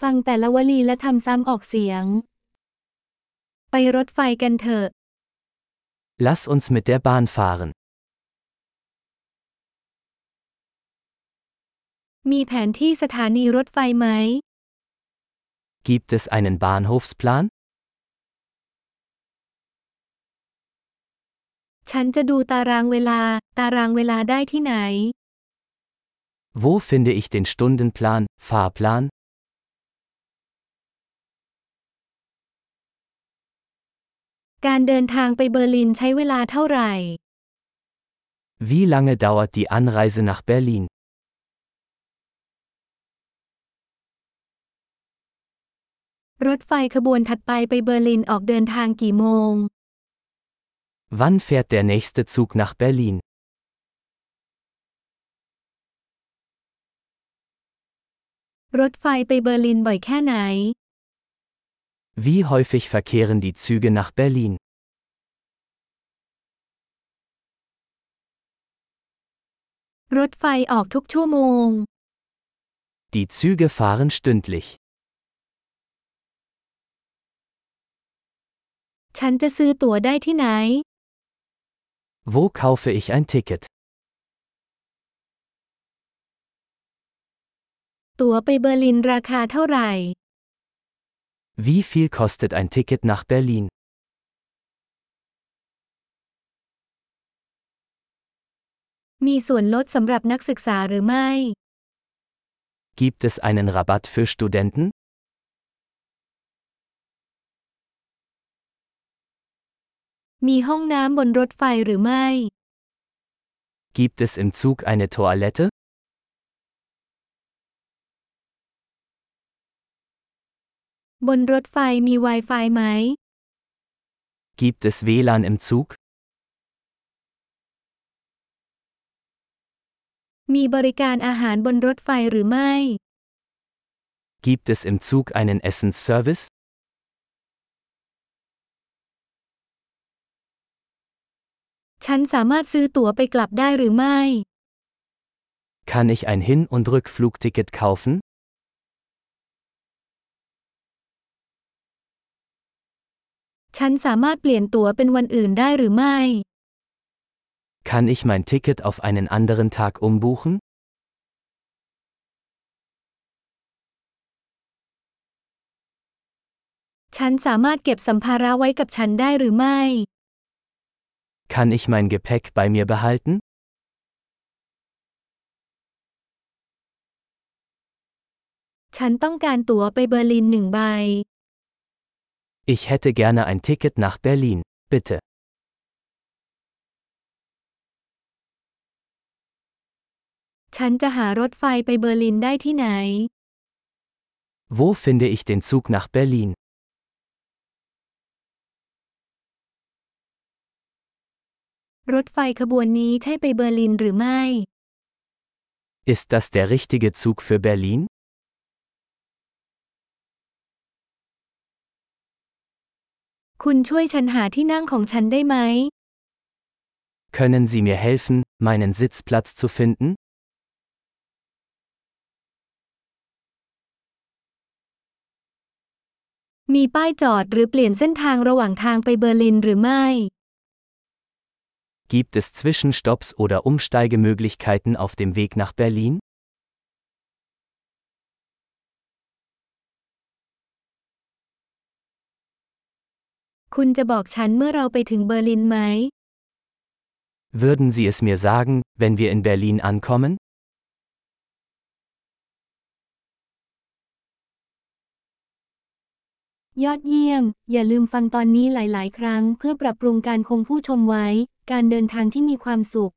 ฟังแต่ละวลีและทำซ้ำออกเสียง ไปรถไฟกันเถอะ Lass uns mit der Bahn fahren. มีแผนที่สถานีรถไฟไหม Gibt es einen Bahnhofsplan? ฉันจะดูตารางเวลา ตารางเวลาได้ที่ไหน Wo finde ich den Stundenplan, Fahrplan? การเดินทางไปเบอร์ลินใช้เวลาเท่าไหร่ Wie lange dauert die Anreise nach Berlin? รถไฟขบวนถัดไปไปเบอร์ลินออกเดินทางกี่โมง Wann fährt der nächste Zug nach Berlin? รถไฟไปเบอร์ลินบ่อยแค่ไหน Wie häufig verkehren die Züge nach Berlin? รถไฟออกทุกชั่วโมง Die Züge fahren stündlich. ฉันจะซื้อตั๋วได้ที่ไหน Wo kaufe ich ein Ticket? ตั๋วไปเบอร์ลินราคาเท่าไหร่ Wie viel kostet ein Ticket nach Berlin? มีส่วนลดสำหรับนักศึกษาหรือไม่ Gibt es einen Rabatt für Studenten? มีห้องน้ำบนรถไฟหรือไม่ Gibt es im Zug eine Toilette? บนรถไฟมี Wi-Fi ไหม Gibt es WLAN im Zug? มีบริการอาหารบนรถไฟหรือไม่ Gibt es im Zug einen Essensservice? ฉันสามารถซื้อตั๋วไปกลับได้หรือไม่ Kann ich ein Hin- und Rückflugticket kaufen? ฉันสามารถเปลี่ยนตั๋วเป็นวันอื่นได้หรือไม่ Kann ich mein Ticket auf einen anderen Tag umbuchen? ฉันสามารถเก็บสัมภาระไว้กับฉันได้หรือไม่ Kann ich mein Gepäck bei mir behalten? ฉันต้องการตั๋วไปเบอร์ลินหนึ่งใบ Ich hätte gerne ein Ticket nach Berlin, bitte. ฉันจะหารถไฟไปเบอร์ลินได้ที่ไหน Wo finde ich den Zug nach Berlin? รถไฟขบวนนี้ใช่ไปเบอร์ลินหรือไม่ Ist das der richtige Zug für Berlin? คุณช่วยฉันหาที่นั่งของฉันได้ไหม Können Sie mir helfen, meinen Sitzplatz zu finden? มีป้ายจอดหรือเปลี่ยนเส้นทางระหว่างทางไปเบอร์ลินหรือไม่ Gibt es Zwischenstopps oder Umsteigemöglichkeiten auf dem Weg nach Berlin? คุณจะบอกฉันเมื่อเราไปถึงเบอร์ลินไหม Würden Sie es mir sagen, wenn wir in Berlin ankommen? ยอดเยี่ยม อย่าลืมฟังตอนนี้หลาย ๆ ครั้งเพื่อปรับปรุงการคงผู้ชมไว้ การเดินทางที่มีความสุข